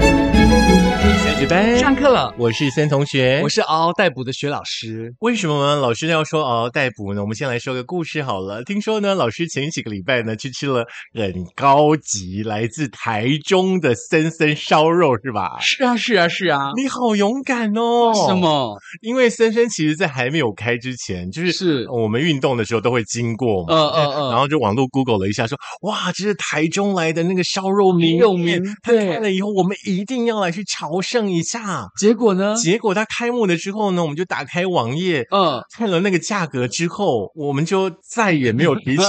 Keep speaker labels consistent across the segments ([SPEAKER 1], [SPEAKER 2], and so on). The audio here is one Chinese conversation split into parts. [SPEAKER 1] 三十班
[SPEAKER 2] 上课了，
[SPEAKER 1] 我是森同学，
[SPEAKER 2] 我是嗷嗷待哺的学老师。
[SPEAKER 1] 为什么老师要说嗷嗷待哺呢？我们先来说个故事好了。听说呢，老师前几个礼拜呢去吃了很高级，来自台中的森森烧肉，是吧？
[SPEAKER 2] 是啊，是啊，是啊。
[SPEAKER 1] 你好勇敢哦！
[SPEAKER 2] 什？么？
[SPEAKER 1] 因为森森其实，在还没有开之前，就是
[SPEAKER 2] 是哦
[SPEAKER 1] 我们运动的时候都会经过嘛，
[SPEAKER 2] 嗯嗯嗯
[SPEAKER 1] 然后就网络 Google 了一下说哇，这是台中来的那个烧肉名
[SPEAKER 2] 很有
[SPEAKER 1] 店
[SPEAKER 2] 名
[SPEAKER 1] 它
[SPEAKER 2] 对
[SPEAKER 1] 开了以后，我们一定要来去朝圣一下。
[SPEAKER 2] 结果呢？
[SPEAKER 1] 结果它开幕了之后呢，我们就打开网页。
[SPEAKER 2] 嗯，
[SPEAKER 1] 看了那个价格之后，我们就再也没有提 起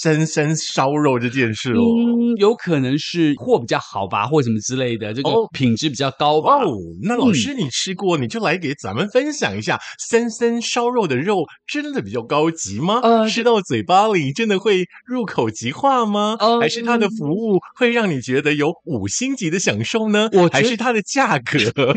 [SPEAKER 1] 深深烧肉这件事了。
[SPEAKER 2] 嗯，有可能是货比较好吧，或什么之类的，这个
[SPEAKER 1] 哦
[SPEAKER 2] 品质比较高吧。
[SPEAKER 1] 哇哦，那老
[SPEAKER 2] 嗯
[SPEAKER 1] 师你吃过，你就来给咱们分享一下森森烧肉的肉真的比较高级吗？
[SPEAKER 2] 呃
[SPEAKER 1] 吃到嘴巴里真的会入口即化吗？
[SPEAKER 2] 嗯
[SPEAKER 1] 还是它的服务会让你觉得有五星级的享受呢？
[SPEAKER 2] 我觉
[SPEAKER 1] 还是它的价格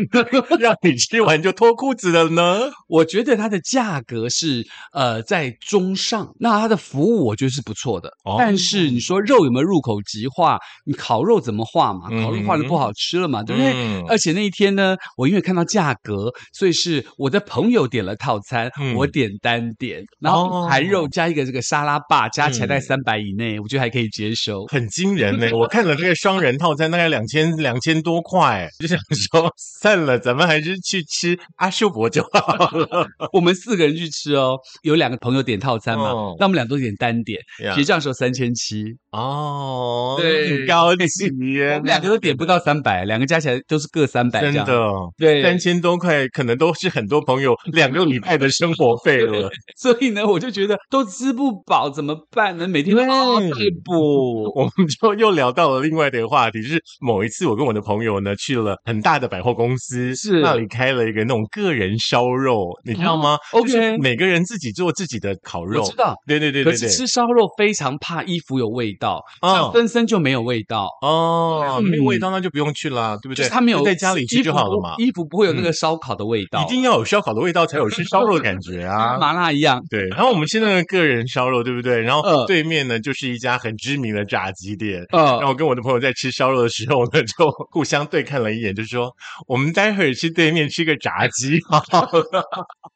[SPEAKER 1] 让你吃完就脱裤子了呢？
[SPEAKER 2] 我觉得它的价格是呃在中上，那它的服务我觉得是不错的。
[SPEAKER 1] 哦
[SPEAKER 2] 但是你说肉有没有入口即化？你烤肉怎么化嘛？烤肉化的
[SPEAKER 1] 嗯
[SPEAKER 2] 不好吃了嘛， 对不对？
[SPEAKER 1] 嗯
[SPEAKER 2] 而且那一天呢，我因为看到价格，所以是我的朋友点了套餐，
[SPEAKER 1] 嗯
[SPEAKER 2] 我点单点，然后
[SPEAKER 1] 哦
[SPEAKER 2] 含肉加一个这个沙拉吧，加起来在
[SPEAKER 1] 嗯
[SPEAKER 2] 三百以内，我觉得还可以接受。
[SPEAKER 1] 很惊人 呢、我看了这个双人套餐大概两千两千多块， 就想说算了，咱们还是去吃阿秀伯就好 了。
[SPEAKER 2] 我们四个人去吃哦，有两个朋友点套餐嘛，
[SPEAKER 1] 哦
[SPEAKER 2] 那我们俩都点单点，结账的时候三千七，
[SPEAKER 1] 哦，
[SPEAKER 2] 对
[SPEAKER 1] 很高级
[SPEAKER 2] 我
[SPEAKER 1] 耶
[SPEAKER 2] 们，两个都点不到三百，两个加起来都是各三百，
[SPEAKER 1] 真
[SPEAKER 2] 这样
[SPEAKER 1] 的。
[SPEAKER 2] 对，
[SPEAKER 1] 三千多块，可能都是很多朋友 两个礼拜的生活费了。
[SPEAKER 2] 所以呢，我就觉得都吃不饱怎么办呢？每天都哦嗷嗷待哺，
[SPEAKER 1] 我们就又聊到了另外的话题，就是某一次我跟我的朋友呢去了很大的百货公司，
[SPEAKER 2] 是
[SPEAKER 1] 那里开了一个那种个人烧肉，你知道吗、
[SPEAKER 2] 哦
[SPEAKER 1] 就是
[SPEAKER 2] OK
[SPEAKER 1] 每个人自己做自己的烤肉
[SPEAKER 2] 我。知道。
[SPEAKER 1] 对对对
[SPEAKER 2] 可
[SPEAKER 1] 对
[SPEAKER 2] 是
[SPEAKER 1] 对，
[SPEAKER 2] 吃烧肉非常怕衣服有味道，像
[SPEAKER 1] 哦
[SPEAKER 2] 分身就没有味道，
[SPEAKER 1] 哦，没有
[SPEAKER 2] 嗯
[SPEAKER 1] 味道那就不用去啦，对不
[SPEAKER 2] 就
[SPEAKER 1] 对？
[SPEAKER 2] 是它没有
[SPEAKER 1] 在家里吃
[SPEAKER 2] 衣
[SPEAKER 1] 就
[SPEAKER 2] 服
[SPEAKER 1] 好了
[SPEAKER 2] 不
[SPEAKER 1] 嘛。
[SPEAKER 2] 衣服不会有那
[SPEAKER 1] 嗯
[SPEAKER 2] 个烧烤的味道，
[SPEAKER 1] 一定要有烧烤的味道，才有吃烧肉的感觉啊
[SPEAKER 2] 跟。麻辣一样。
[SPEAKER 1] 对，然后我们现在的个人烧肉，对不对？然后
[SPEAKER 2] 嗯
[SPEAKER 1] 对面呢就是一家很知名的炸鸡店。然
[SPEAKER 2] 呃，
[SPEAKER 1] 后我跟我的朋友在吃烧肉的时候呢，就互相对看了一眼，就说我们待会儿去对面吃个炸鸡。啊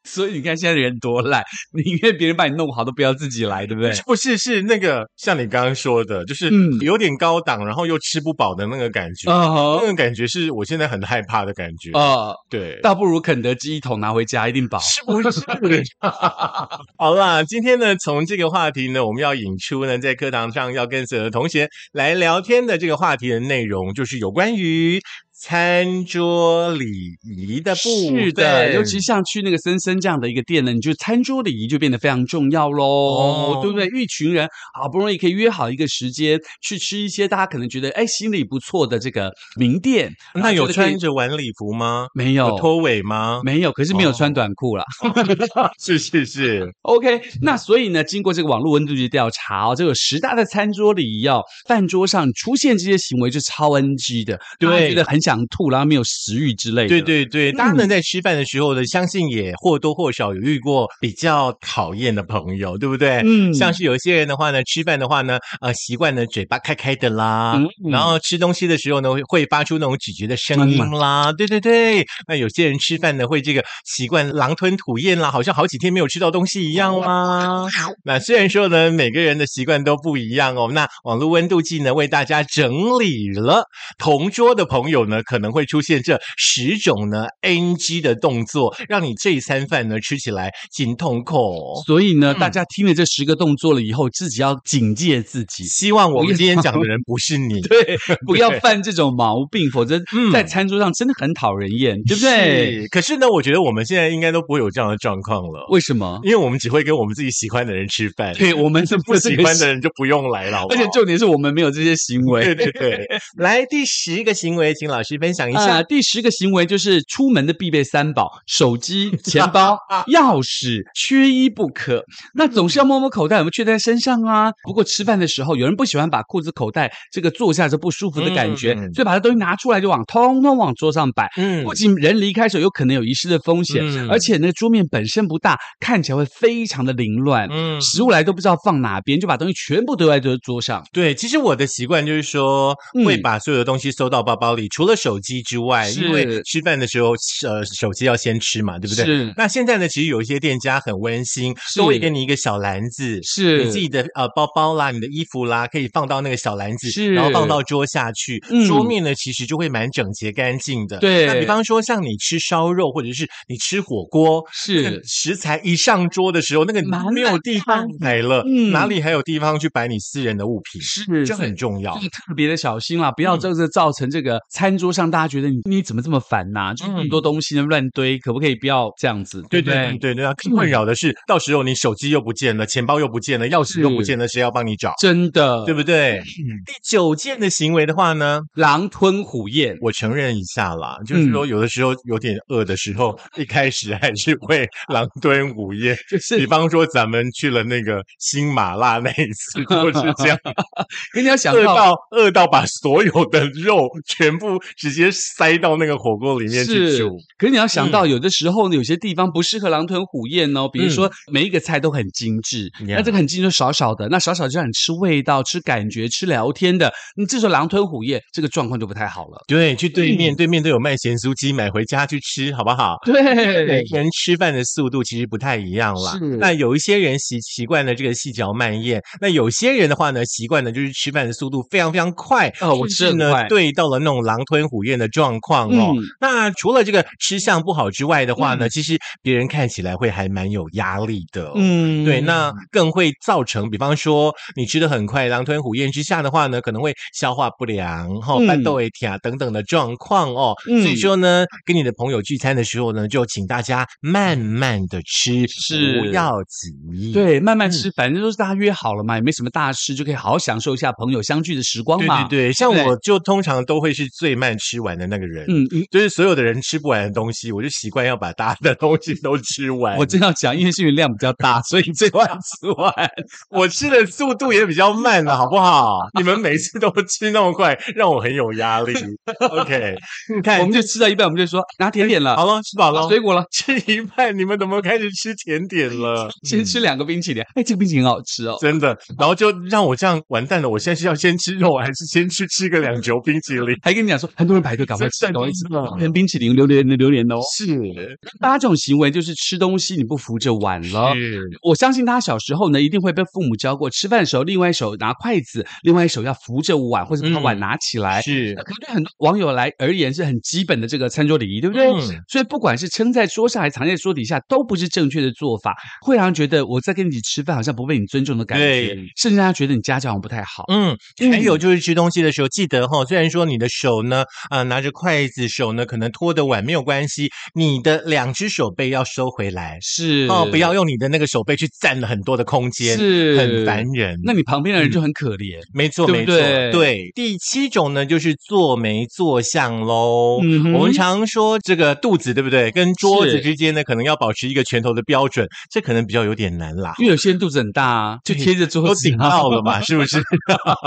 [SPEAKER 2] 所以你看现在的人多懒，宁愿别人把你弄好，都不要自己来，对不对？
[SPEAKER 1] 不是，是那个像你刚刚说的，就是
[SPEAKER 2] 嗯
[SPEAKER 1] 有点高档，然后又吃不饱的那个感觉。
[SPEAKER 2] 啊
[SPEAKER 1] 那个感觉是我现在很害怕的感觉。
[SPEAKER 2] 呃，
[SPEAKER 1] 对，
[SPEAKER 2] 倒不如肯德基一桶拿回家，一定饱。
[SPEAKER 1] 哦是不是？ 好啦，今天呢，从这个话题呢，我们要引出呢，在课堂上要跟所有的同学来聊天的这个话题的内容，就是有关于餐桌礼仪的部分。
[SPEAKER 2] 是的，尤其像去那个森森这样的一个店呢，你就餐桌礼仪就变得非常重要喽，
[SPEAKER 1] 哦
[SPEAKER 2] 对不对？一群人好不容易可以约好一个时间去吃一些大家可能觉得哎心里不错的这个名店，啊
[SPEAKER 1] 那有穿
[SPEAKER 2] 着
[SPEAKER 1] 着晚礼服吗？
[SPEAKER 2] 没有
[SPEAKER 1] 有？拖尾吗？
[SPEAKER 2] 没有，可是没有
[SPEAKER 1] 哦
[SPEAKER 2] 穿短裤啦。
[SPEAKER 1] 是是是，
[SPEAKER 2] OK，那所以呢，经过这个网络温度计调查哦，这个十大的餐桌礼仪哦，饭桌上出现这些行为是超 NG 的，
[SPEAKER 1] 对
[SPEAKER 2] 大家觉得很想吐，然后没有食欲之类的。
[SPEAKER 1] 对对对，大家呢在吃饭的时候呢，相信也或多或少有遇过比较讨厌的朋友，对不对？
[SPEAKER 2] 嗯
[SPEAKER 1] 像是有些人的话呢，吃饭的话呢，呃，习惯呢嘴巴开开的啦，
[SPEAKER 2] 嗯嗯
[SPEAKER 1] 然后吃东西的时候呢，会会发出那种咀嚼的声音
[SPEAKER 2] 嗯
[SPEAKER 1] 啦，对对对。那有些人吃饭呢，会这个习惯狼吞虎咽啦，好像好几天没有吃到东西一样 啦。那虽然说呢，每个人的习惯都不一样哦。那网络温度计呢，为大家整理了同桌的朋友呢，可能会出现这十种呢 NG 的动作，让你这一餐饭呢吃起来紧痛口。
[SPEAKER 2] 所以呢，
[SPEAKER 1] 嗯
[SPEAKER 2] 大家听了这十个动作了以后，自己要警戒自己，
[SPEAKER 1] 希望我们今天讲的人不是你。
[SPEAKER 2] 对， 不要犯这种毛病，否则
[SPEAKER 1] 嗯
[SPEAKER 2] 在餐桌上真的很讨人厌，对不对？
[SPEAKER 1] 是？可是呢，我觉得我们现在应该都不会有这样的状况了，
[SPEAKER 2] 为什么？
[SPEAKER 1] 因为我们只会跟我们自己喜欢的人吃饭，
[SPEAKER 2] 对我们是
[SPEAKER 1] 不
[SPEAKER 2] 不
[SPEAKER 1] 喜欢的，人就 不用来了。好不
[SPEAKER 2] 而
[SPEAKER 1] 好
[SPEAKER 2] 且重点是我们没有这些行为。
[SPEAKER 1] 对对对，来第十个行为，请老师师分享一
[SPEAKER 2] 啊、
[SPEAKER 1] 下。
[SPEAKER 2] 第十个行为就是出门的必备三宝：手 机、钱包、钥匙，缺一不可。那总是要摸摸口袋有没有缺在身上啊。不过吃饭的时候，有人不喜欢把裤子口袋这个坐下就不舒服的感觉，
[SPEAKER 1] 嗯
[SPEAKER 2] 所以把这东西拿出来就往通通往桌上摆。
[SPEAKER 1] 嗯
[SPEAKER 2] 不仅人离开时候有可能有遗失的风险，
[SPEAKER 1] 嗯
[SPEAKER 2] 而且那个桌面本身不大，看起来会非常的凌乱。
[SPEAKER 1] 嗯
[SPEAKER 2] 食物来都不知道放哪边，就把东西全部丢在桌桌上。
[SPEAKER 1] 对，其实我的习惯就是说，
[SPEAKER 2] 嗯
[SPEAKER 1] 会把所有的东西收到包包里，除了手机之外，
[SPEAKER 2] 是
[SPEAKER 1] 因为吃饭的时候，呃，手机要先吃嘛，对不对？
[SPEAKER 2] 是
[SPEAKER 1] 那现在呢，其实有一些店家很温馨，
[SPEAKER 2] 是
[SPEAKER 1] 都会给你一个小篮子，
[SPEAKER 2] 是，
[SPEAKER 1] 你自己的呃包包啦、你的衣服啦，可以放到那个小篮子，
[SPEAKER 2] 是
[SPEAKER 1] 然后放到桌下去。
[SPEAKER 2] 嗯
[SPEAKER 1] 桌面呢，其实就会蛮整洁干净的。
[SPEAKER 2] 对
[SPEAKER 1] 那比方说像你吃烧肉，或者是你吃火锅。 那
[SPEAKER 2] 是
[SPEAKER 1] 个食材一上桌的时候，那个
[SPEAKER 2] 满满
[SPEAKER 1] 没有地方摆了，
[SPEAKER 2] 嗯
[SPEAKER 1] 哪里还有地方去摆你私人的物品？
[SPEAKER 2] 是
[SPEAKER 1] 这很重要
[SPEAKER 2] 这。个哦特别的小心啦，不
[SPEAKER 1] 嗯
[SPEAKER 2] 要这个造成这个餐桌上大家觉得你你怎么这么烦呐、就是很多东西呢乱堆，可不可以不要这样子？
[SPEAKER 1] 嗯对
[SPEAKER 2] 不
[SPEAKER 1] 对对对，那更困扰的
[SPEAKER 2] 嗯
[SPEAKER 1] 是，到时候你手机又不见了，钱包又不见了，钥匙又不见了，谁要帮你找？
[SPEAKER 2] 真的
[SPEAKER 1] 对不对？
[SPEAKER 2] 嗯
[SPEAKER 1] 第九件的行为的话呢，
[SPEAKER 2] 狼吞虎咽，
[SPEAKER 1] 我承认一下啦，
[SPEAKER 2] 嗯
[SPEAKER 1] 就是说有的时候有点饿的时候，一开始还是 会狼吞虎咽。
[SPEAKER 2] 就是
[SPEAKER 1] 比方说咱们去了那个新麻辣那一 次，就是这样，
[SPEAKER 2] 跟你要想
[SPEAKER 1] 饿
[SPEAKER 2] 到。
[SPEAKER 1] 到饿到把所有的肉全部直接塞到那个火锅里面去
[SPEAKER 2] 是
[SPEAKER 1] 煮。，
[SPEAKER 2] 可是你要想
[SPEAKER 1] 嗯
[SPEAKER 2] 到，有的时候呢，有些地方不适合狼吞虎咽哦。比如说，每一个菜都很精致，
[SPEAKER 1] Yeah
[SPEAKER 2] 那这个很精致就少少的，那少少就让你吃味道、吃感觉、吃聊天的，你这时候狼吞虎咽，这个状况就不太好了。
[SPEAKER 1] 对，去对
[SPEAKER 2] 嗯
[SPEAKER 1] 面，对面都有卖咸酥鸡，买回家去吃，好不好？每
[SPEAKER 2] 对
[SPEAKER 1] 个人吃饭的速度其实不太一样啦
[SPEAKER 2] 是。
[SPEAKER 1] 那有一些人习习惯了这个细嚼慢咽，那有些人的话呢，习惯的就是吃饭的速度非常非常快。
[SPEAKER 2] 哦我吃
[SPEAKER 1] 甚
[SPEAKER 2] 很
[SPEAKER 1] 至呢
[SPEAKER 2] 快，
[SPEAKER 1] 对到了那种狼吞虎咽的状况哦。
[SPEAKER 2] 嗯
[SPEAKER 1] 那除了这个吃相不好之外的话呢，其实别人看起来会还蛮有压力的。哦
[SPEAKER 2] 嗯
[SPEAKER 1] 对，那更会造成，比方说你吃的很快，狼吞虎咽之下的话呢，可能会消化不良、哈、
[SPEAKER 2] 嗯
[SPEAKER 1] 半豆体啊等等的状况哦。所以
[SPEAKER 2] 嗯
[SPEAKER 1] 说呢，跟你的朋友聚餐的时候呢，就请大家慢慢的吃，
[SPEAKER 2] 是
[SPEAKER 1] 不要急。。
[SPEAKER 2] 对，慢慢
[SPEAKER 1] 嗯
[SPEAKER 2] 吃，反正都是大家约好了嘛，也没什么大事，就可以好好享受一下朋友相聚的时光
[SPEAKER 1] 对
[SPEAKER 2] 嘛。
[SPEAKER 1] 对对，像
[SPEAKER 2] 对
[SPEAKER 1] 我就通常都会是最慢吃完的那个人，
[SPEAKER 2] 嗯，嗯，
[SPEAKER 1] 就是所有的人吃不完的东西，我就习惯要把大家的东西都吃完。
[SPEAKER 2] 我正要讲，因为幸运量比较 大，所以最后要吃完。
[SPEAKER 1] 我吃的速度也比较慢了，好不好？你们每次都吃那么快，让我很有压力。OK，你看，
[SPEAKER 2] 我们就吃到一半，我们就说拿甜点了，
[SPEAKER 1] 哎好了，吃饱了
[SPEAKER 2] 拿，水果了，
[SPEAKER 1] 吃一半，你们怎么开始吃甜点了？嗯
[SPEAKER 2] 先吃两个冰淇淋。哎，这个冰淇淋很好吃哦。
[SPEAKER 1] 真的，然后就让我这样完蛋了。我现在是要先吃肉，还是先去吃个两球冰淇淋？
[SPEAKER 2] 还跟你讲说，很多人排队，赶快吃，
[SPEAKER 1] 真
[SPEAKER 2] 赶
[SPEAKER 1] 的
[SPEAKER 2] 快吃
[SPEAKER 1] 真的，
[SPEAKER 2] 连冰淇淋、榴莲、榴莲哦。
[SPEAKER 1] 是
[SPEAKER 2] 大家这种行为就是吃东西你不扶着碗了。
[SPEAKER 1] 是，
[SPEAKER 2] 我相信大家小时候呢，一定会被父母教过，吃饭的时候，另外一手拿筷子，另外一手要扶着碗，或者把碗
[SPEAKER 1] 嗯
[SPEAKER 2] 拿起来。
[SPEAKER 1] 是
[SPEAKER 2] 呃那可能对很多网友来而言是很基本的这个餐桌礼仪，对不对？
[SPEAKER 1] 嗯
[SPEAKER 2] 所以不管是撑在桌上还是藏在桌底下，都不是正确的做法，会让人觉得我在跟你一起吃饭好像不被你尊重的感觉
[SPEAKER 1] 对，
[SPEAKER 2] 甚至让他觉得你家教好像不太好。
[SPEAKER 1] 嗯，
[SPEAKER 2] 嗯
[SPEAKER 1] 还有就是吃东西的时候，记得哈、虽然说你的手呢，啊、拿着筷子，手呢可能托着碗没有关系，你的两只手背要收回来，
[SPEAKER 2] 是
[SPEAKER 1] 哦，不要用你的那个手背去占了很多的空间，
[SPEAKER 2] 是
[SPEAKER 1] 很烦人。嗯
[SPEAKER 2] 那你旁边的人就很可怜。
[SPEAKER 1] 没错，
[SPEAKER 2] 对
[SPEAKER 1] 没
[SPEAKER 2] 不
[SPEAKER 1] 错，
[SPEAKER 2] 对
[SPEAKER 1] 对。第七种呢，就是坐没坐相喽。
[SPEAKER 2] 嗯哼
[SPEAKER 1] 我们常说这个肚子，对不对？跟桌子
[SPEAKER 2] 是
[SPEAKER 1] 之间呢，可能要保持一个拳头的标准，这可能比较有点难啦。
[SPEAKER 2] 因为有些人肚子很大啊，就贴着桌
[SPEAKER 1] 都
[SPEAKER 2] 子
[SPEAKER 1] 顶
[SPEAKER 2] 啊，
[SPEAKER 1] 到了嘛，是不 是？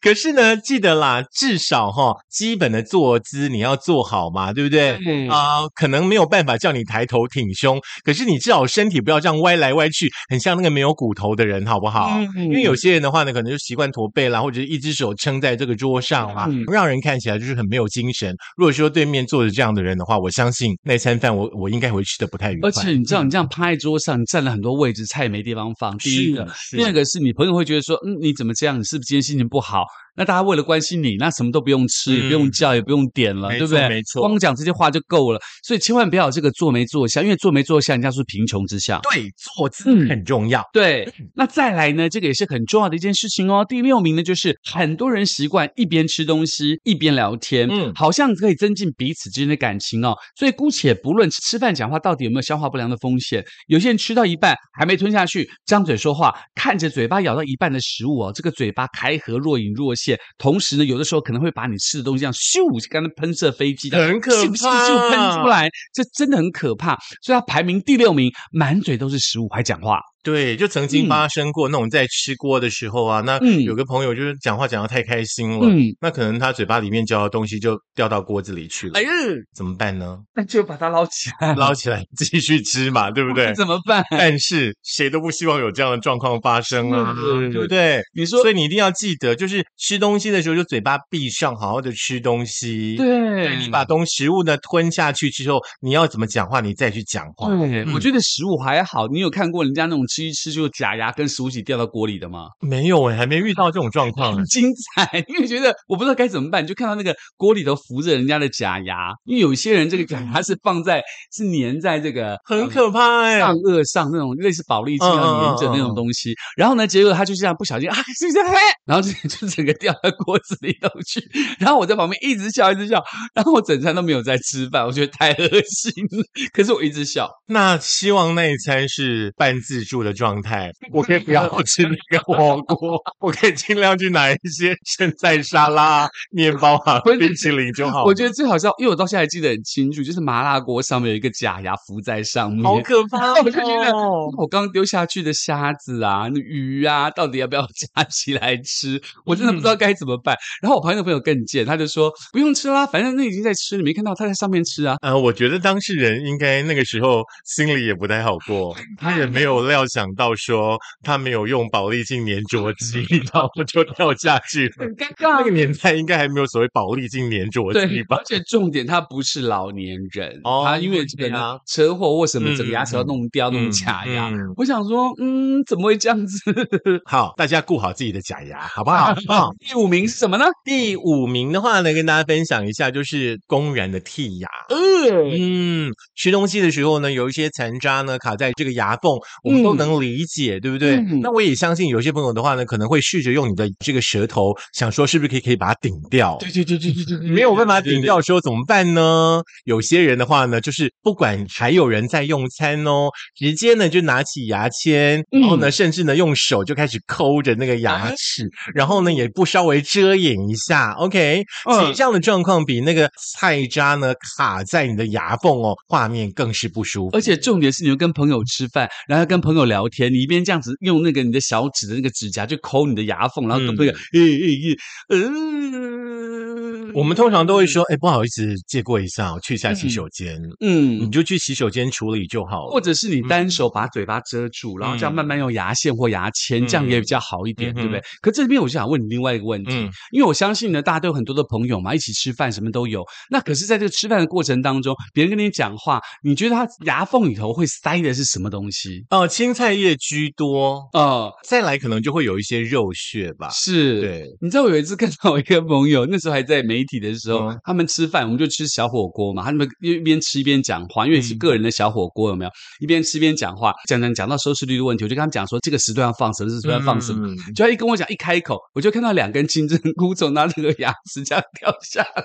[SPEAKER 1] 可是呢，记得啦，至少哈、基本的坐姿你要做好嘛，对不对？
[SPEAKER 2] 对
[SPEAKER 1] 啊、可能没有办法叫你抬头挺胸，可是你至少身体不要这样歪来歪去，很像那个没有骨头的人，好不好？
[SPEAKER 2] 嗯
[SPEAKER 1] 因为有些人的话呢，可能就习惯驼背啦，或者是一只手撑在这个桌上啦，
[SPEAKER 2] 嗯
[SPEAKER 1] 让人看起来就是很没有精神。如果说对面坐着这样的人的话，我相信那餐饭我我应该会吃的不太愉快。
[SPEAKER 2] 而且你知
[SPEAKER 1] 嗯
[SPEAKER 2] 道，你这样趴在桌上，你占了很多位置，菜没地方放。第一个，
[SPEAKER 1] 是
[SPEAKER 2] 第二个是你朋友会觉得说，嗯，你怎么这样？你是不是今天心情不好？那大家为了关心你，那什么都不用吃，也不用
[SPEAKER 1] 嗯
[SPEAKER 2] 叫，也不用点了，
[SPEAKER 1] 没
[SPEAKER 2] 对不
[SPEAKER 1] 错
[SPEAKER 2] 对？
[SPEAKER 1] 没错
[SPEAKER 2] 光讲这些话就够了。所以千万不要有这个坐没坐相，因为坐没坐相，人家说贫穷之相。
[SPEAKER 1] 对坐姿
[SPEAKER 2] 嗯
[SPEAKER 1] 很重要。
[SPEAKER 2] 对，那再来呢？这个也是很重要的一件事情哦。第六名呢，就是很多人习惯一边吃东西一边聊天，
[SPEAKER 1] 嗯
[SPEAKER 2] 嗯，好像可以增进彼此之间的感情哦。所以姑且不论吃饭讲话到底有没有消化不良的风险，有些人吃到一半还没吞下去，张嘴说话，看着嘴巴咬到一半的食物哦，这个嘴巴开合若隐若现。同时呢，有的时候可能会把你吃的东西这样咻，刚刚喷射飞机，
[SPEAKER 1] 很可
[SPEAKER 2] 咻咻
[SPEAKER 1] 怕啊
[SPEAKER 2] 咻喷出来，这真的很可怕。所以他排名第六名，满嘴都是食物还讲话。
[SPEAKER 1] 对，就曾经发生过那种在吃锅的时候啊，那
[SPEAKER 2] 嗯
[SPEAKER 1] 有个朋友就是讲话讲得太开心了，
[SPEAKER 2] 嗯
[SPEAKER 1] 那可能他嘴巴里面嚼的东西就掉到锅子里去了，
[SPEAKER 2] 哎呀，
[SPEAKER 1] 怎么办呢？
[SPEAKER 2] 那就把它捞起来，
[SPEAKER 1] 捞起来继续吃嘛， 对不对？
[SPEAKER 2] 怎么办？
[SPEAKER 1] 但是谁都不希望有这样的状况发生啊，
[SPEAKER 2] 是
[SPEAKER 1] 对不对？
[SPEAKER 2] 你说
[SPEAKER 1] 所以你一定要记得，就是吃东西的时候就嘴巴闭上，好好的吃东西。。
[SPEAKER 2] 对，
[SPEAKER 1] 你把东食物呢吞下去之后，你要怎么讲话，你再去讲话。
[SPEAKER 2] 对，
[SPEAKER 1] 嗯
[SPEAKER 2] 我觉得食物还好。你有看过人家那种吃一吃就假牙跟食物一起掉到锅里的吗？
[SPEAKER 1] 没有哎，还没遇到这种状况欸
[SPEAKER 2] 很。精彩，因为觉得我不知道该怎么办，你就看到那个锅里头浮着人家的假牙，因为有些人这个假牙是放在是粘在这个
[SPEAKER 1] 很。可怕哎、
[SPEAKER 2] 上颚上那种类似保利剂
[SPEAKER 1] 嗯嗯
[SPEAKER 2] 要粘着
[SPEAKER 1] 嗯
[SPEAKER 2] 那
[SPEAKER 1] 嗯
[SPEAKER 2] 种
[SPEAKER 1] 嗯
[SPEAKER 2] 东西，然后呢，结果他就这样不小心啊，是不 是？嘿，然后就就整个掉到锅子里头去，然后我在旁边一直笑一直笑，然后我整餐都没有在吃饭，我觉得太恶心了， 可是我一直笑，
[SPEAKER 1] 那希望那一餐是半自助的状态， 我可以不要吃那个火锅，我可以尽量去拿一些生菜沙拉、面包啊、
[SPEAKER 2] 不是
[SPEAKER 1] 冰淇淋就好。
[SPEAKER 2] 我觉得最好笑，因为我到现在还记得很清楚，就是麻辣锅上面有一个假牙浮在上面。
[SPEAKER 1] 好可怕、哦，
[SPEAKER 2] 我就觉得我刚刚丢下去的虾子啊、那鱼啊，到底要不要夹起来吃？我真的不知道该怎么办。然后我旁边的朋友更贱，他就说不用吃啦，反正那已经在吃，你没看到他在上面吃啊。
[SPEAKER 1] 呃，我觉得当事人应该那个时候心里也不太好过，他也没有料想到说他没有用保利镜粘着剂， 然后就掉下去了。
[SPEAKER 2] 尴
[SPEAKER 1] 那个。年代应该还没有所谓保利镜粘着
[SPEAKER 2] 对
[SPEAKER 1] 剂，吧
[SPEAKER 2] 而？且重点他不是老年人，
[SPEAKER 1] 哦
[SPEAKER 2] 他因为这
[SPEAKER 1] 对
[SPEAKER 2] 个
[SPEAKER 1] 啊
[SPEAKER 2] 车祸或什么，
[SPEAKER 1] 嗯
[SPEAKER 2] 整个牙齿要
[SPEAKER 1] 嗯
[SPEAKER 2] 弄掉、
[SPEAKER 1] 嗯
[SPEAKER 2] 弄假牙。
[SPEAKER 1] 嗯
[SPEAKER 2] 我想说，嗯，怎么会这样子？
[SPEAKER 1] 好，大家顾好自己的假牙，好不 好？好
[SPEAKER 2] 第五名是什么呢？
[SPEAKER 1] 第五名的话呢，跟大家分享一下，就是公然的剔牙。
[SPEAKER 2] 嗯，
[SPEAKER 1] 嗯，吃东西的时候呢，有一些残渣呢卡在这个牙缝，我们都
[SPEAKER 2] 嗯
[SPEAKER 1] 能理解，对不对？
[SPEAKER 2] 嗯
[SPEAKER 1] 那我也相信有些朋友的话呢，可能会试着用你的这个舌头，想说是不是可以可以把它顶掉。
[SPEAKER 2] 对对对对对对，对
[SPEAKER 1] 没 有办法
[SPEAKER 2] 对对
[SPEAKER 1] 顶掉的时候怎么办呢？有些人的话呢，就是不管还有人在用餐哦，直接呢就拿起牙签，
[SPEAKER 2] 嗯
[SPEAKER 1] 然后呢，甚至呢用手就开始抠着那个牙齿，
[SPEAKER 2] 啊
[SPEAKER 1] 然后呢也不稍微遮掩一下。OK，其实
[SPEAKER 2] 嗯
[SPEAKER 1] 这样的状况比那个菜渣呢卡在你的牙缝哦，画面更是不舒服
[SPEAKER 2] 而。且重点是，你会跟朋友吃饭，然后跟朋友聊天，你一边这样子用那个你的小指的那个指甲去抠你的牙缝，然后
[SPEAKER 1] 嗯
[SPEAKER 2] 跟朋友，诶诶诶，嗯，
[SPEAKER 1] 我们通常都会说，哎，不好意思，借过一下哦，去一下洗手间，你
[SPEAKER 2] 嗯，
[SPEAKER 1] 就去洗手间处理就好了。
[SPEAKER 2] 或者是你
[SPEAKER 1] 嗯
[SPEAKER 2] 单手把嘴巴遮住，然后这样慢慢用牙线或牙签，这样也比较好一点，
[SPEAKER 1] 嗯
[SPEAKER 2] 对不对？可这边我就想问你另外一个问题，
[SPEAKER 1] 嗯
[SPEAKER 2] 因为我相信呢，大家都有很多的朋友嘛，一起吃饭什么都有。那可是，在这个吃饭的过程当中，别人跟你讲话，你觉得他牙缝里头会塞的是什么东西？
[SPEAKER 1] 哦，青菜叶居多，
[SPEAKER 2] 哦、
[SPEAKER 1] 再来可能就会有一些肉屑吧。
[SPEAKER 2] 是，
[SPEAKER 1] 对，
[SPEAKER 2] 你知道我有一次看到一个朋友，那时候还在媒体的时候，
[SPEAKER 1] 嗯
[SPEAKER 2] 他们吃饭，我们就吃小火锅嘛，他们一边吃一边讲话，因为是
[SPEAKER 1] 嗯
[SPEAKER 2] 个人的小火锅，有没有？一边吃一边讲话，讲讲讲到收视率的问题，我就跟他们讲说这个时段要放什么，这个时段要放什么。
[SPEAKER 1] 嗯
[SPEAKER 2] 就他一跟我讲，一开口我就看到两根金针菇从他那个牙齿这样掉下来，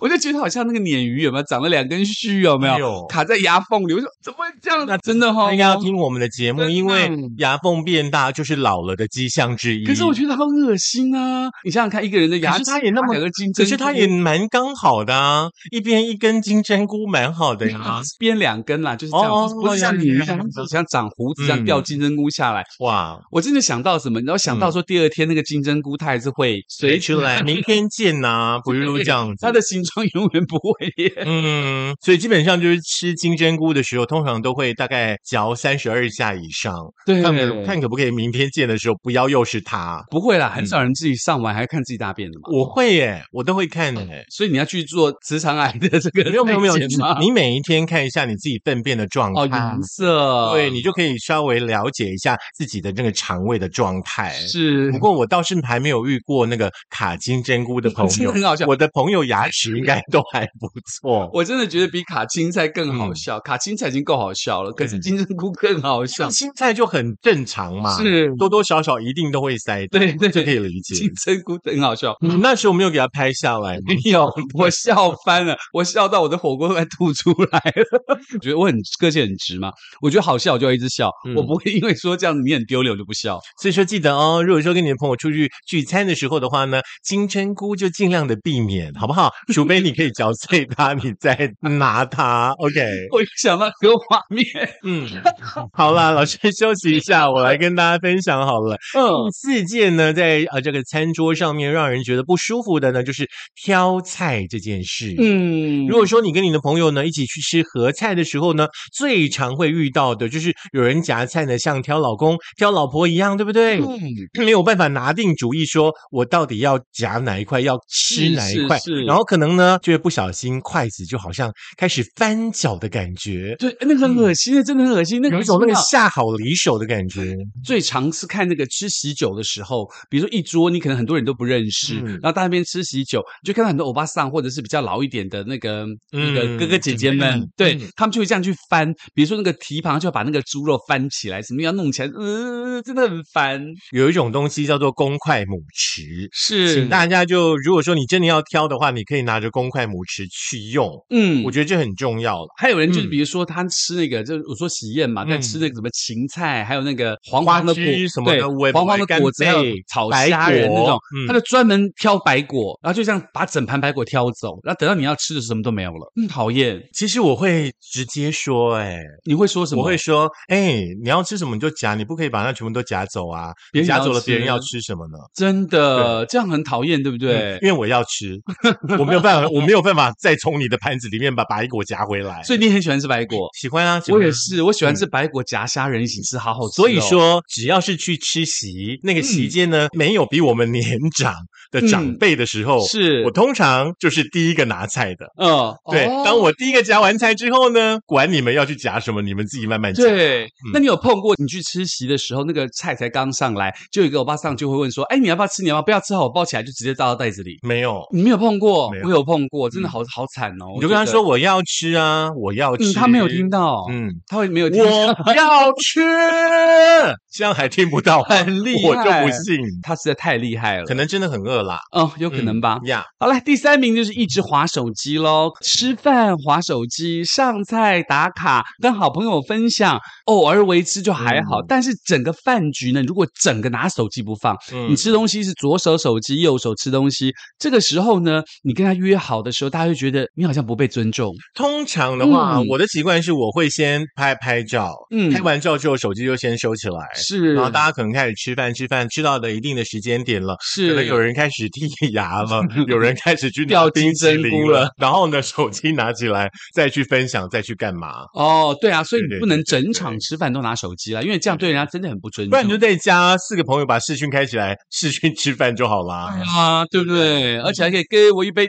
[SPEAKER 2] 我就觉得好像那个鲶鱼有没有长了两根须有没有、
[SPEAKER 1] 哎呦
[SPEAKER 2] 卡在牙缝里？我说怎么会这样？那真的哦哈、
[SPEAKER 1] 他应该要听我们的节目，
[SPEAKER 2] 真的
[SPEAKER 1] 因为牙缝变大就是老了的迹象之一。
[SPEAKER 2] 可是我觉得好恶心啊！你想想看，一个人的牙
[SPEAKER 1] 可
[SPEAKER 2] 齿
[SPEAKER 1] 是他也那么
[SPEAKER 2] 卡两个金
[SPEAKER 1] 可
[SPEAKER 2] 针菇，
[SPEAKER 1] 是他也蛮刚好的啊，一边一根金针菇蛮好的 呀。
[SPEAKER 2] 编两根啦，就是这样，
[SPEAKER 1] 啊哦
[SPEAKER 2] 不是不是像
[SPEAKER 1] 了
[SPEAKER 2] 你
[SPEAKER 1] 解
[SPEAKER 2] 一
[SPEAKER 1] 了
[SPEAKER 2] 样
[SPEAKER 1] 解，
[SPEAKER 2] 像长胡子这样
[SPEAKER 1] 嗯
[SPEAKER 2] 掉金针菇下来。
[SPEAKER 1] 哇，
[SPEAKER 2] 我真的想到什么，然后想到
[SPEAKER 1] 嗯
[SPEAKER 2] 说第二天那个金针菇它还是会
[SPEAKER 1] 谁
[SPEAKER 2] 随
[SPEAKER 1] 出来？明天见呐、不是都这样子
[SPEAKER 2] 它。的形状永远不会 变。
[SPEAKER 1] 嗯，所以基本上就是吃金针菇的时候，通常都会大概嚼三十二下以上，
[SPEAKER 2] 对，
[SPEAKER 1] 看可看可不可以明天见的时候不要又是它。
[SPEAKER 2] 不会啦，很少人自己上完还看自己大便的嘛。
[SPEAKER 1] 嗯我会耶，我都会看耶。
[SPEAKER 2] 所以你要去做直肠癌的这个
[SPEAKER 1] 没有没有没有，
[SPEAKER 2] 筛检吗
[SPEAKER 1] 你每一天看一下你自己粪便的状
[SPEAKER 2] 哦，
[SPEAKER 1] 态，
[SPEAKER 2] 颜色
[SPEAKER 1] 对你就可以稍微了解一下自己的这个肠胃的状态。
[SPEAKER 2] 是
[SPEAKER 1] 不过我倒是还没有遇过那个卡金针菇的朋
[SPEAKER 2] 真
[SPEAKER 1] 友
[SPEAKER 2] 的，很好笑
[SPEAKER 1] 我的朋友牙食应该都还不错。
[SPEAKER 2] 我真的觉得比卡青菜更
[SPEAKER 1] 嗯
[SPEAKER 2] 好笑，卡青菜已经够好笑了，可是金针菇更好笑。
[SPEAKER 1] 青菜就很正常嘛，
[SPEAKER 2] 是
[SPEAKER 1] 多多少少一定都会塞，
[SPEAKER 2] 对对
[SPEAKER 1] 这可以理解
[SPEAKER 2] 金。针菇很好 笑。
[SPEAKER 1] 你那时候没有给他拍下 来吗？
[SPEAKER 2] 没有，我笑翻了，我笑到我的火锅都快吐出来了。 我觉得我很个性很直嘛，我觉得好笑我就要一直笑，
[SPEAKER 1] 嗯
[SPEAKER 2] 我不会因为说这样子你很丢脸我就不笑。
[SPEAKER 1] 所以说记得哦，如果说跟你的朋友出去聚餐的时候的话呢，金针菇就尽量的避免，好不 好？除非你可以嚼碎它，你再拿 它。OK，
[SPEAKER 2] 我一想到有画面，
[SPEAKER 1] 嗯，好啦，老师休息一下，我来跟大家分享好了。第，
[SPEAKER 2] 嗯
[SPEAKER 1] 四件呢，在呃这个餐桌上面让人觉得不舒服的呢，就是挑菜这件事。
[SPEAKER 2] 嗯
[SPEAKER 1] 如果说你跟你的朋友呢一起去吃合菜的时候呢，最常会遇到的就是有人夹菜呢，像挑老公、挑老婆一样，对不
[SPEAKER 2] 嗯
[SPEAKER 1] 对？没有办法拿定主意，说我到底要夹哪一块，要吃
[SPEAKER 2] 是
[SPEAKER 1] 哪一
[SPEAKER 2] 嗯是
[SPEAKER 1] 块，
[SPEAKER 2] 是
[SPEAKER 1] 然后可能呢就会不小心筷子就好像开始翻搅的感觉。
[SPEAKER 2] 对，哎那个很恶心的，真的很恶心。那个
[SPEAKER 1] 有一种那个
[SPEAKER 2] 真的
[SPEAKER 1] 下好离手的感觉，
[SPEAKER 2] 最常是看那个吃喜酒的时候，比如说一桌你可能很多人都不认识，
[SPEAKER 1] 嗯
[SPEAKER 2] 然后大家那边吃喜酒，你就看到很多欧巴桑或者是比较老一点的那个、那个哥哥姐姐们，
[SPEAKER 1] 嗯
[SPEAKER 2] 对、
[SPEAKER 1] 嗯
[SPEAKER 2] 他们就会这样去翻，比如说那个蹄膀就要把那个猪肉翻起来，什么要弄起来，呃，真的很烦。
[SPEAKER 1] 有一种东西叫做公筷母匙，
[SPEAKER 2] 是
[SPEAKER 1] 请大家就如果说你真的要挑的话，你可以拿着公筷母匙去用，
[SPEAKER 2] 嗯
[SPEAKER 1] 我。觉得这很重要了。
[SPEAKER 2] 还有人就是，
[SPEAKER 1] 嗯
[SPEAKER 2] 比如说他吃那个，就是我说喜宴嘛，在
[SPEAKER 1] 嗯
[SPEAKER 2] 吃那个什么芹菜，还有那个黄
[SPEAKER 1] 花
[SPEAKER 2] 黄的果
[SPEAKER 1] 枝什么的
[SPEAKER 2] 对
[SPEAKER 1] 我也不
[SPEAKER 2] 黄黄
[SPEAKER 1] 会
[SPEAKER 2] 的
[SPEAKER 1] 干
[SPEAKER 2] 果子，还有
[SPEAKER 1] 贝
[SPEAKER 2] 炒
[SPEAKER 1] 白
[SPEAKER 2] 虾仁那
[SPEAKER 1] 果
[SPEAKER 2] 种，
[SPEAKER 1] 嗯
[SPEAKER 2] 他就专门挑白果，然后就这样把整盘白果挑走，然后等到你要吃的时候什么都没有了，嗯，讨厌。
[SPEAKER 1] 其实我会直接说、哎，
[SPEAKER 2] 你会说什么？
[SPEAKER 1] 我会说，哎、你要吃什么你就夹，你不可以把它全部都夹走啊！
[SPEAKER 2] 别人
[SPEAKER 1] 夹
[SPEAKER 2] 要
[SPEAKER 1] 走了，
[SPEAKER 2] 吃
[SPEAKER 1] 别人要吃什么呢？
[SPEAKER 2] 真的这样很讨厌，对不对
[SPEAKER 1] 嗯？因为我要吃，我没有办法，我没有办法再从你的盘子里面把白果夹回来。
[SPEAKER 2] 所以你很喜欢吃白果，
[SPEAKER 1] 喜欢啊，喜欢
[SPEAKER 2] 我
[SPEAKER 1] 啊
[SPEAKER 2] 也。是，我喜欢吃白果夹虾仁一起吃，好好吃哦。
[SPEAKER 1] 所以说，只要是去吃席，那个席间呢，没有比我们年长的长
[SPEAKER 2] 嗯
[SPEAKER 1] 辈的时候，
[SPEAKER 2] 是
[SPEAKER 1] 我通常就是第一个拿菜的。
[SPEAKER 2] 嗯，
[SPEAKER 1] 对，
[SPEAKER 2] 哦
[SPEAKER 1] 当我第一个夹完菜之后呢，管你们要去夹什么，你们自己慢 慢夹。
[SPEAKER 2] 对，那你有碰过你去吃席的时候，那个菜才刚上来，就有一个欧巴桑就会问说：“哎，你要不要吃？你要不要？不要吃好，我包起来就直接倒到袋子里。
[SPEAKER 1] 没有”，
[SPEAKER 2] 你没有碰过，
[SPEAKER 1] 没有嗯
[SPEAKER 2] 我有碰过，真的好好惨哦！
[SPEAKER 1] 你就跟他说我要吃啊，我要
[SPEAKER 2] 我觉得，
[SPEAKER 1] 吃。
[SPEAKER 2] 嗯，他没有听，到，
[SPEAKER 1] 嗯，
[SPEAKER 2] 他会没有听到，
[SPEAKER 1] 我要吃， 这样还听不到，
[SPEAKER 2] 很厉害，
[SPEAKER 1] 我就不，信，
[SPEAKER 2] 他实在太厉害了，
[SPEAKER 1] 可能真的很饿啦，
[SPEAKER 2] 哦，有可能吧。
[SPEAKER 1] 嗯呀。
[SPEAKER 2] 好了，第三名就是一直划手机喽，吃饭划手机，上菜打卡，跟好朋友分享，偶尔为之就还好。
[SPEAKER 1] 嗯
[SPEAKER 2] 但是整个饭局呢，如果整个拿手机不放，
[SPEAKER 1] 嗯
[SPEAKER 2] 你吃东西是左手手机，右手吃东西，这个时候呢，你跟他约好的时候，大家会觉得你好像不被尊重。
[SPEAKER 1] 通常的话，
[SPEAKER 2] 嗯
[SPEAKER 1] 我的习惯是我会先拍拍照，
[SPEAKER 2] 嗯
[SPEAKER 1] 拍完照之后手机就先收起来，
[SPEAKER 2] 是，
[SPEAKER 1] 哎然后大家可能开始吃饭，吃饭吃到的一定的时间点了。可能
[SPEAKER 2] 是
[SPEAKER 1] 有人开始剔牙了，有 人开始去拿
[SPEAKER 2] 掉
[SPEAKER 1] 冰
[SPEAKER 2] 金
[SPEAKER 1] 淇
[SPEAKER 2] 针
[SPEAKER 1] 淋
[SPEAKER 2] 菇
[SPEAKER 1] 了
[SPEAKER 2] 了，
[SPEAKER 1] 然后呢，手机拿起来再去分享，再去干嘛？
[SPEAKER 2] 哦，对啊，所以
[SPEAKER 1] 对对
[SPEAKER 2] 你不能整场吃饭都拿手机了，因为这样对人家真的很不尊重。
[SPEAKER 1] 不然你就在家四个朋友把视讯开起来，视讯吃饭就好啦。
[SPEAKER 2] 啊，对不对？
[SPEAKER 1] 嗯
[SPEAKER 2] 而且还可以给我一 杯。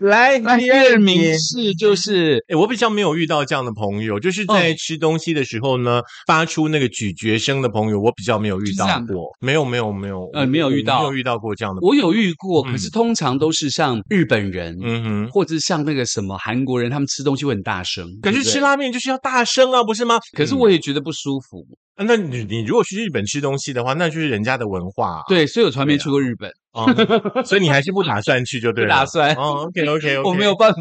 [SPEAKER 1] 来，
[SPEAKER 2] 那第二名是就是
[SPEAKER 1] 哎、我比较没有遇到这样的朋友，就是在
[SPEAKER 2] 嗯
[SPEAKER 1] 吃东西的时候呢，发出那个咀嚼声的朋友，我比较没有遇到
[SPEAKER 2] 就这样
[SPEAKER 1] 过。没有，没有，没有，
[SPEAKER 2] 呃没有
[SPEAKER 1] 我
[SPEAKER 2] 遇到
[SPEAKER 1] 没有遇到过这样的。
[SPEAKER 2] 我有遇过，
[SPEAKER 1] 嗯
[SPEAKER 2] 可是通常都是像日本人，
[SPEAKER 1] 嗯哼，
[SPEAKER 2] 或者是像那个什么韩国人，他们吃东西会很大声。
[SPEAKER 1] 可
[SPEAKER 2] 对
[SPEAKER 1] 是
[SPEAKER 2] 不对
[SPEAKER 1] 吃，拉面就是要大声啊，不是吗？
[SPEAKER 2] 可是我也觉得不舒服。
[SPEAKER 1] 嗯、那你你如果去日本吃东西的话，那就是人家的文化、啊。
[SPEAKER 2] 对，所以我从来没去过日本，
[SPEAKER 1] 嗯所以你还是不打算去就对
[SPEAKER 2] 不
[SPEAKER 1] 了。
[SPEAKER 2] 打算。
[SPEAKER 1] 哦，OK，OK，OK
[SPEAKER 2] 我没有办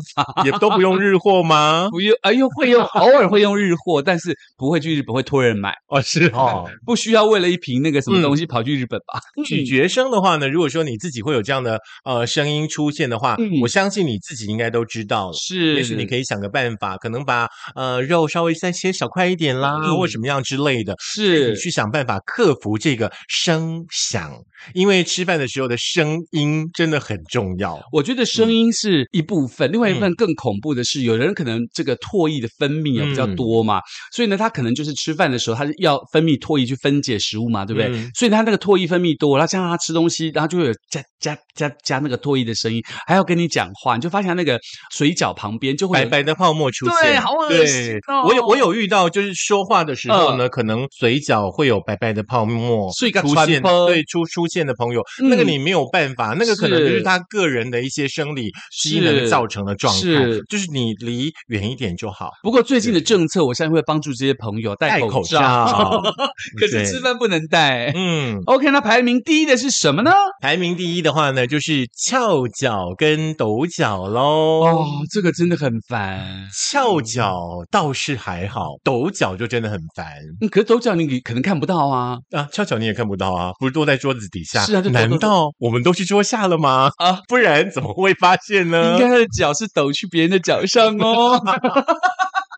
[SPEAKER 2] 法。
[SPEAKER 1] 也都不用日货 吗？
[SPEAKER 2] 不用，哎呦，会 用，偶尔会用日货，但是不会去日本，会托人买，
[SPEAKER 1] 哦，是嗯哦。
[SPEAKER 2] 不需要为了一瓶那个什么东西跑去日本吧？
[SPEAKER 1] 咀嚼声的话呢，如果说你自己会有这样的呃声音出现的话，
[SPEAKER 2] 嗯
[SPEAKER 1] 我相信你自己应该都知道了。
[SPEAKER 2] 是，
[SPEAKER 1] 也许你可以想个办法，可能把呃肉稍微再切小块一点啦，
[SPEAKER 2] 嗯
[SPEAKER 1] 或什么样之类的，
[SPEAKER 2] 是
[SPEAKER 1] 你去想办法克服这个声响，因为吃饭的时候的声音真的很重要。
[SPEAKER 2] 我觉得
[SPEAKER 1] 嗯
[SPEAKER 2] 声音是一部分，另外一部分更恐怖的是，有的人可能这个唾液的分泌啊也比
[SPEAKER 1] 嗯
[SPEAKER 2] 较多嘛，所以呢，他可能就是吃饭的时候，他是要分泌唾液去分解食物嘛，对不对？
[SPEAKER 1] 嗯
[SPEAKER 2] 所以他那个唾液分泌多，然后加上他吃东西，然后就会有加加加加那个唾液的声音，还要跟你讲话，你就发现他那个水饺旁边就会
[SPEAKER 1] 白
[SPEAKER 2] 有
[SPEAKER 1] 白的泡沫出现，
[SPEAKER 2] 对好恶心哦
[SPEAKER 1] 对
[SPEAKER 2] 嗯
[SPEAKER 1] 我有我有遇到，就是说话的时候呢，可能嘴角会有白白的泡沫
[SPEAKER 2] 是一个
[SPEAKER 1] 出
[SPEAKER 2] 传
[SPEAKER 1] 现，
[SPEAKER 2] 播
[SPEAKER 1] 对出出现的朋友，那个
[SPEAKER 2] 嗯
[SPEAKER 1] 你没有办法，那个可能就是是他个人的一些生理机能
[SPEAKER 2] 是
[SPEAKER 1] 造成的状态
[SPEAKER 2] 是，
[SPEAKER 1] 就是你离远一点就好，
[SPEAKER 2] 不过最近的政策，我相信会帮助这些朋友戴
[SPEAKER 1] 戴
[SPEAKER 2] 口罩。
[SPEAKER 1] 口罩
[SPEAKER 2] 可是吃饭不能戴。
[SPEAKER 1] 嗯。
[SPEAKER 2] OK，那排名第一的是什么呢？
[SPEAKER 1] 排名第一的话呢，就是翘脚跟抖脚喽。
[SPEAKER 2] 哦，这个真的很烦。
[SPEAKER 1] 翘脚倒是还好，抖脚就真的很烦
[SPEAKER 2] 嗯可是抖脚你可能看不到啊。
[SPEAKER 1] 啊！翘脚你也看不到啊，不是都在桌子底下？
[SPEAKER 2] 是啊就抖抖抖
[SPEAKER 1] 难道我们都去桌下了吗？
[SPEAKER 2] 啊
[SPEAKER 1] 啊，不然怎么会发现呢
[SPEAKER 2] 应？该他的脚是抖去别人的脚 上哦。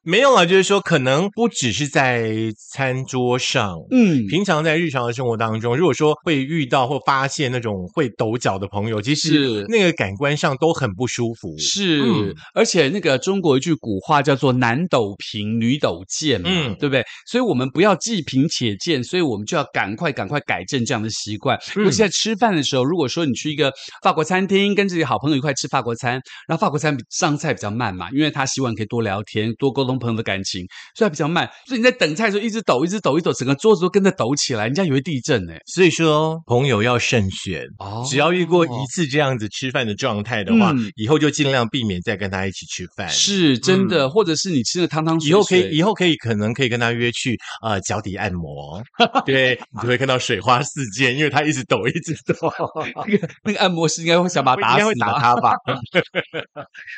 [SPEAKER 1] 没有啦，就是说可能不只是在餐桌上。
[SPEAKER 2] 嗯，
[SPEAKER 1] 平常在日常的生活当中，如果说会遇到或发现那种会抖脚的朋友，其
[SPEAKER 2] 是
[SPEAKER 1] 实那个感官上都很不舒服。
[SPEAKER 2] 是，
[SPEAKER 1] 嗯
[SPEAKER 2] 而且那个中国一句古话叫做“男抖贫，女抖贱”嘛，
[SPEAKER 1] 嗯
[SPEAKER 2] 对不对？所以我们不要既贫且贱，所以我们就要赶快赶快改正这样的习惯。
[SPEAKER 1] 嗯
[SPEAKER 2] 尤其在吃饭的时候，如果说你去一个法国餐厅，跟自己好朋友一块吃法国餐，然后法国餐比上菜比较慢嘛，因为他希望可以多聊天，多沟通朋友的感情，所以它比较慢。所以你在等菜的时候一直抖，一直抖，一直抖，整个桌子都跟着抖起来，人家以为地震呢、
[SPEAKER 1] 所以说，朋友要慎选。
[SPEAKER 2] 哦
[SPEAKER 1] 只要遇过一次这样子吃饭的状态的话，
[SPEAKER 2] 嗯
[SPEAKER 1] 以后就尽量避免再跟他一起吃饭。
[SPEAKER 2] 是真的，或者是你吃的汤汤水水，
[SPEAKER 1] 嗯以后可以，以后可以，可能可以跟他约去呃脚底按摩， 对你就会看到水花四溅，因为他一直抖，一直 抖，
[SPEAKER 2] 那个那个按摩师应该会想把他打
[SPEAKER 1] 应该
[SPEAKER 2] 死
[SPEAKER 1] 会
[SPEAKER 2] 吧
[SPEAKER 1] 打他吧？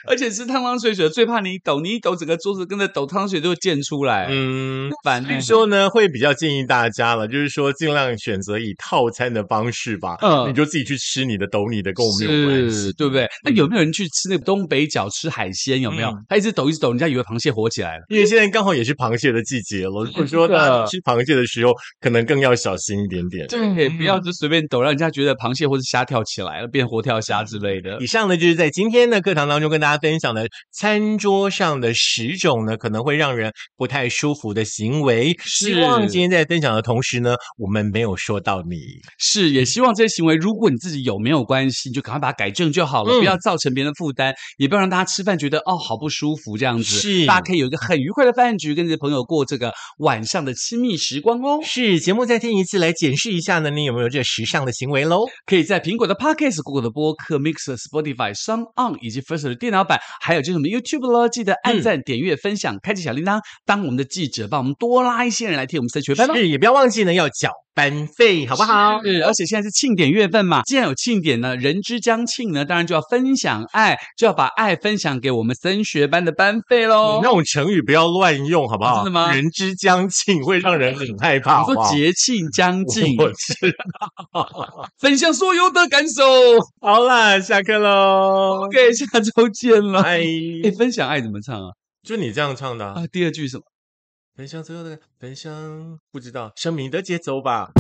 [SPEAKER 2] 而且是汤汤水水，最怕你一抖，你一抖整个桌子跟着抖，汤汤水就会溅出来，嗯，
[SPEAKER 1] 嗯，
[SPEAKER 2] 反
[SPEAKER 1] 所
[SPEAKER 2] 正
[SPEAKER 1] 以说呢，会比较建议大家了，就是说尽量选择以套餐的方式吧，
[SPEAKER 2] 嗯
[SPEAKER 1] 你就自己去吃你的，抖你的，跟我们没有关系
[SPEAKER 2] 是，。对不对？那有没有人去吃那个东北角吃海鲜？有没有
[SPEAKER 1] 嗯？
[SPEAKER 2] 他一直抖一直抖，人家以为螃蟹活起来了。
[SPEAKER 1] 因为现在刚好也是螃蟹的季节了，如果说大家吃螃蟹的时候，可能更要小心一点点。
[SPEAKER 2] 对，
[SPEAKER 1] 嗯
[SPEAKER 2] 不要就随便抖，让人家觉得螃蟹或是虾跳起来了，变活跳虾之类的
[SPEAKER 1] 以。上呢，就是在今天的课堂当中跟大家分享的餐桌上的十种呢，可能会让人不太舒服的行为。希望今天在分享的同时呢，我们没有说到你。
[SPEAKER 2] 是，也希望这些行为，如果你自己有没有关系，你就赶快把它改正就好了，
[SPEAKER 1] 嗯
[SPEAKER 2] 不要造成别人的负担，也不要让大家吃饭觉得哦好不舒服这样子。
[SPEAKER 1] 是
[SPEAKER 2] 大家可以有一个很愉快的饭局，跟你的朋友过这个晚上的亲密时光哦。
[SPEAKER 1] 是节目再听一次，来检视一下呢，你有没有这时尚的行为喽？
[SPEAKER 2] 可以在苹果的 Podcast、Google 的播客、Mixer、Spotify、s o m e On 以及 First 的电脑版，还有就是我们 YouTube 咯，记得
[SPEAKER 1] 嗯
[SPEAKER 2] 按赞、点阅、分享、开启小铃铛，当我们的记者，帮我们多拉一些人来替我们争取拜拜。
[SPEAKER 1] 是，也不要忘记呢，要缴班费，好不好？
[SPEAKER 2] 是，而且现在是庆典月份嘛，既然有庆典呢，人之将庆呢，当然就要分享爱，就要把爱分享给我们升学班的班费喽
[SPEAKER 1] 你。那种成语不要乱用，好不好？
[SPEAKER 2] 真的吗
[SPEAKER 1] 人之将近会让人很害怕，
[SPEAKER 2] 你
[SPEAKER 1] 好不好
[SPEAKER 2] 说节庆将近，
[SPEAKER 1] 我知
[SPEAKER 2] 分享所有的感受。
[SPEAKER 1] 好啦，下课喽，
[SPEAKER 2] OK，下周见了。
[SPEAKER 1] 拜。
[SPEAKER 2] 哎，分享爱怎么唱啊？
[SPEAKER 1] 就你这样唱的啊
[SPEAKER 2] 啊，第二句是什么？
[SPEAKER 1] 分享所有的分享，不知道生命的节奏吧？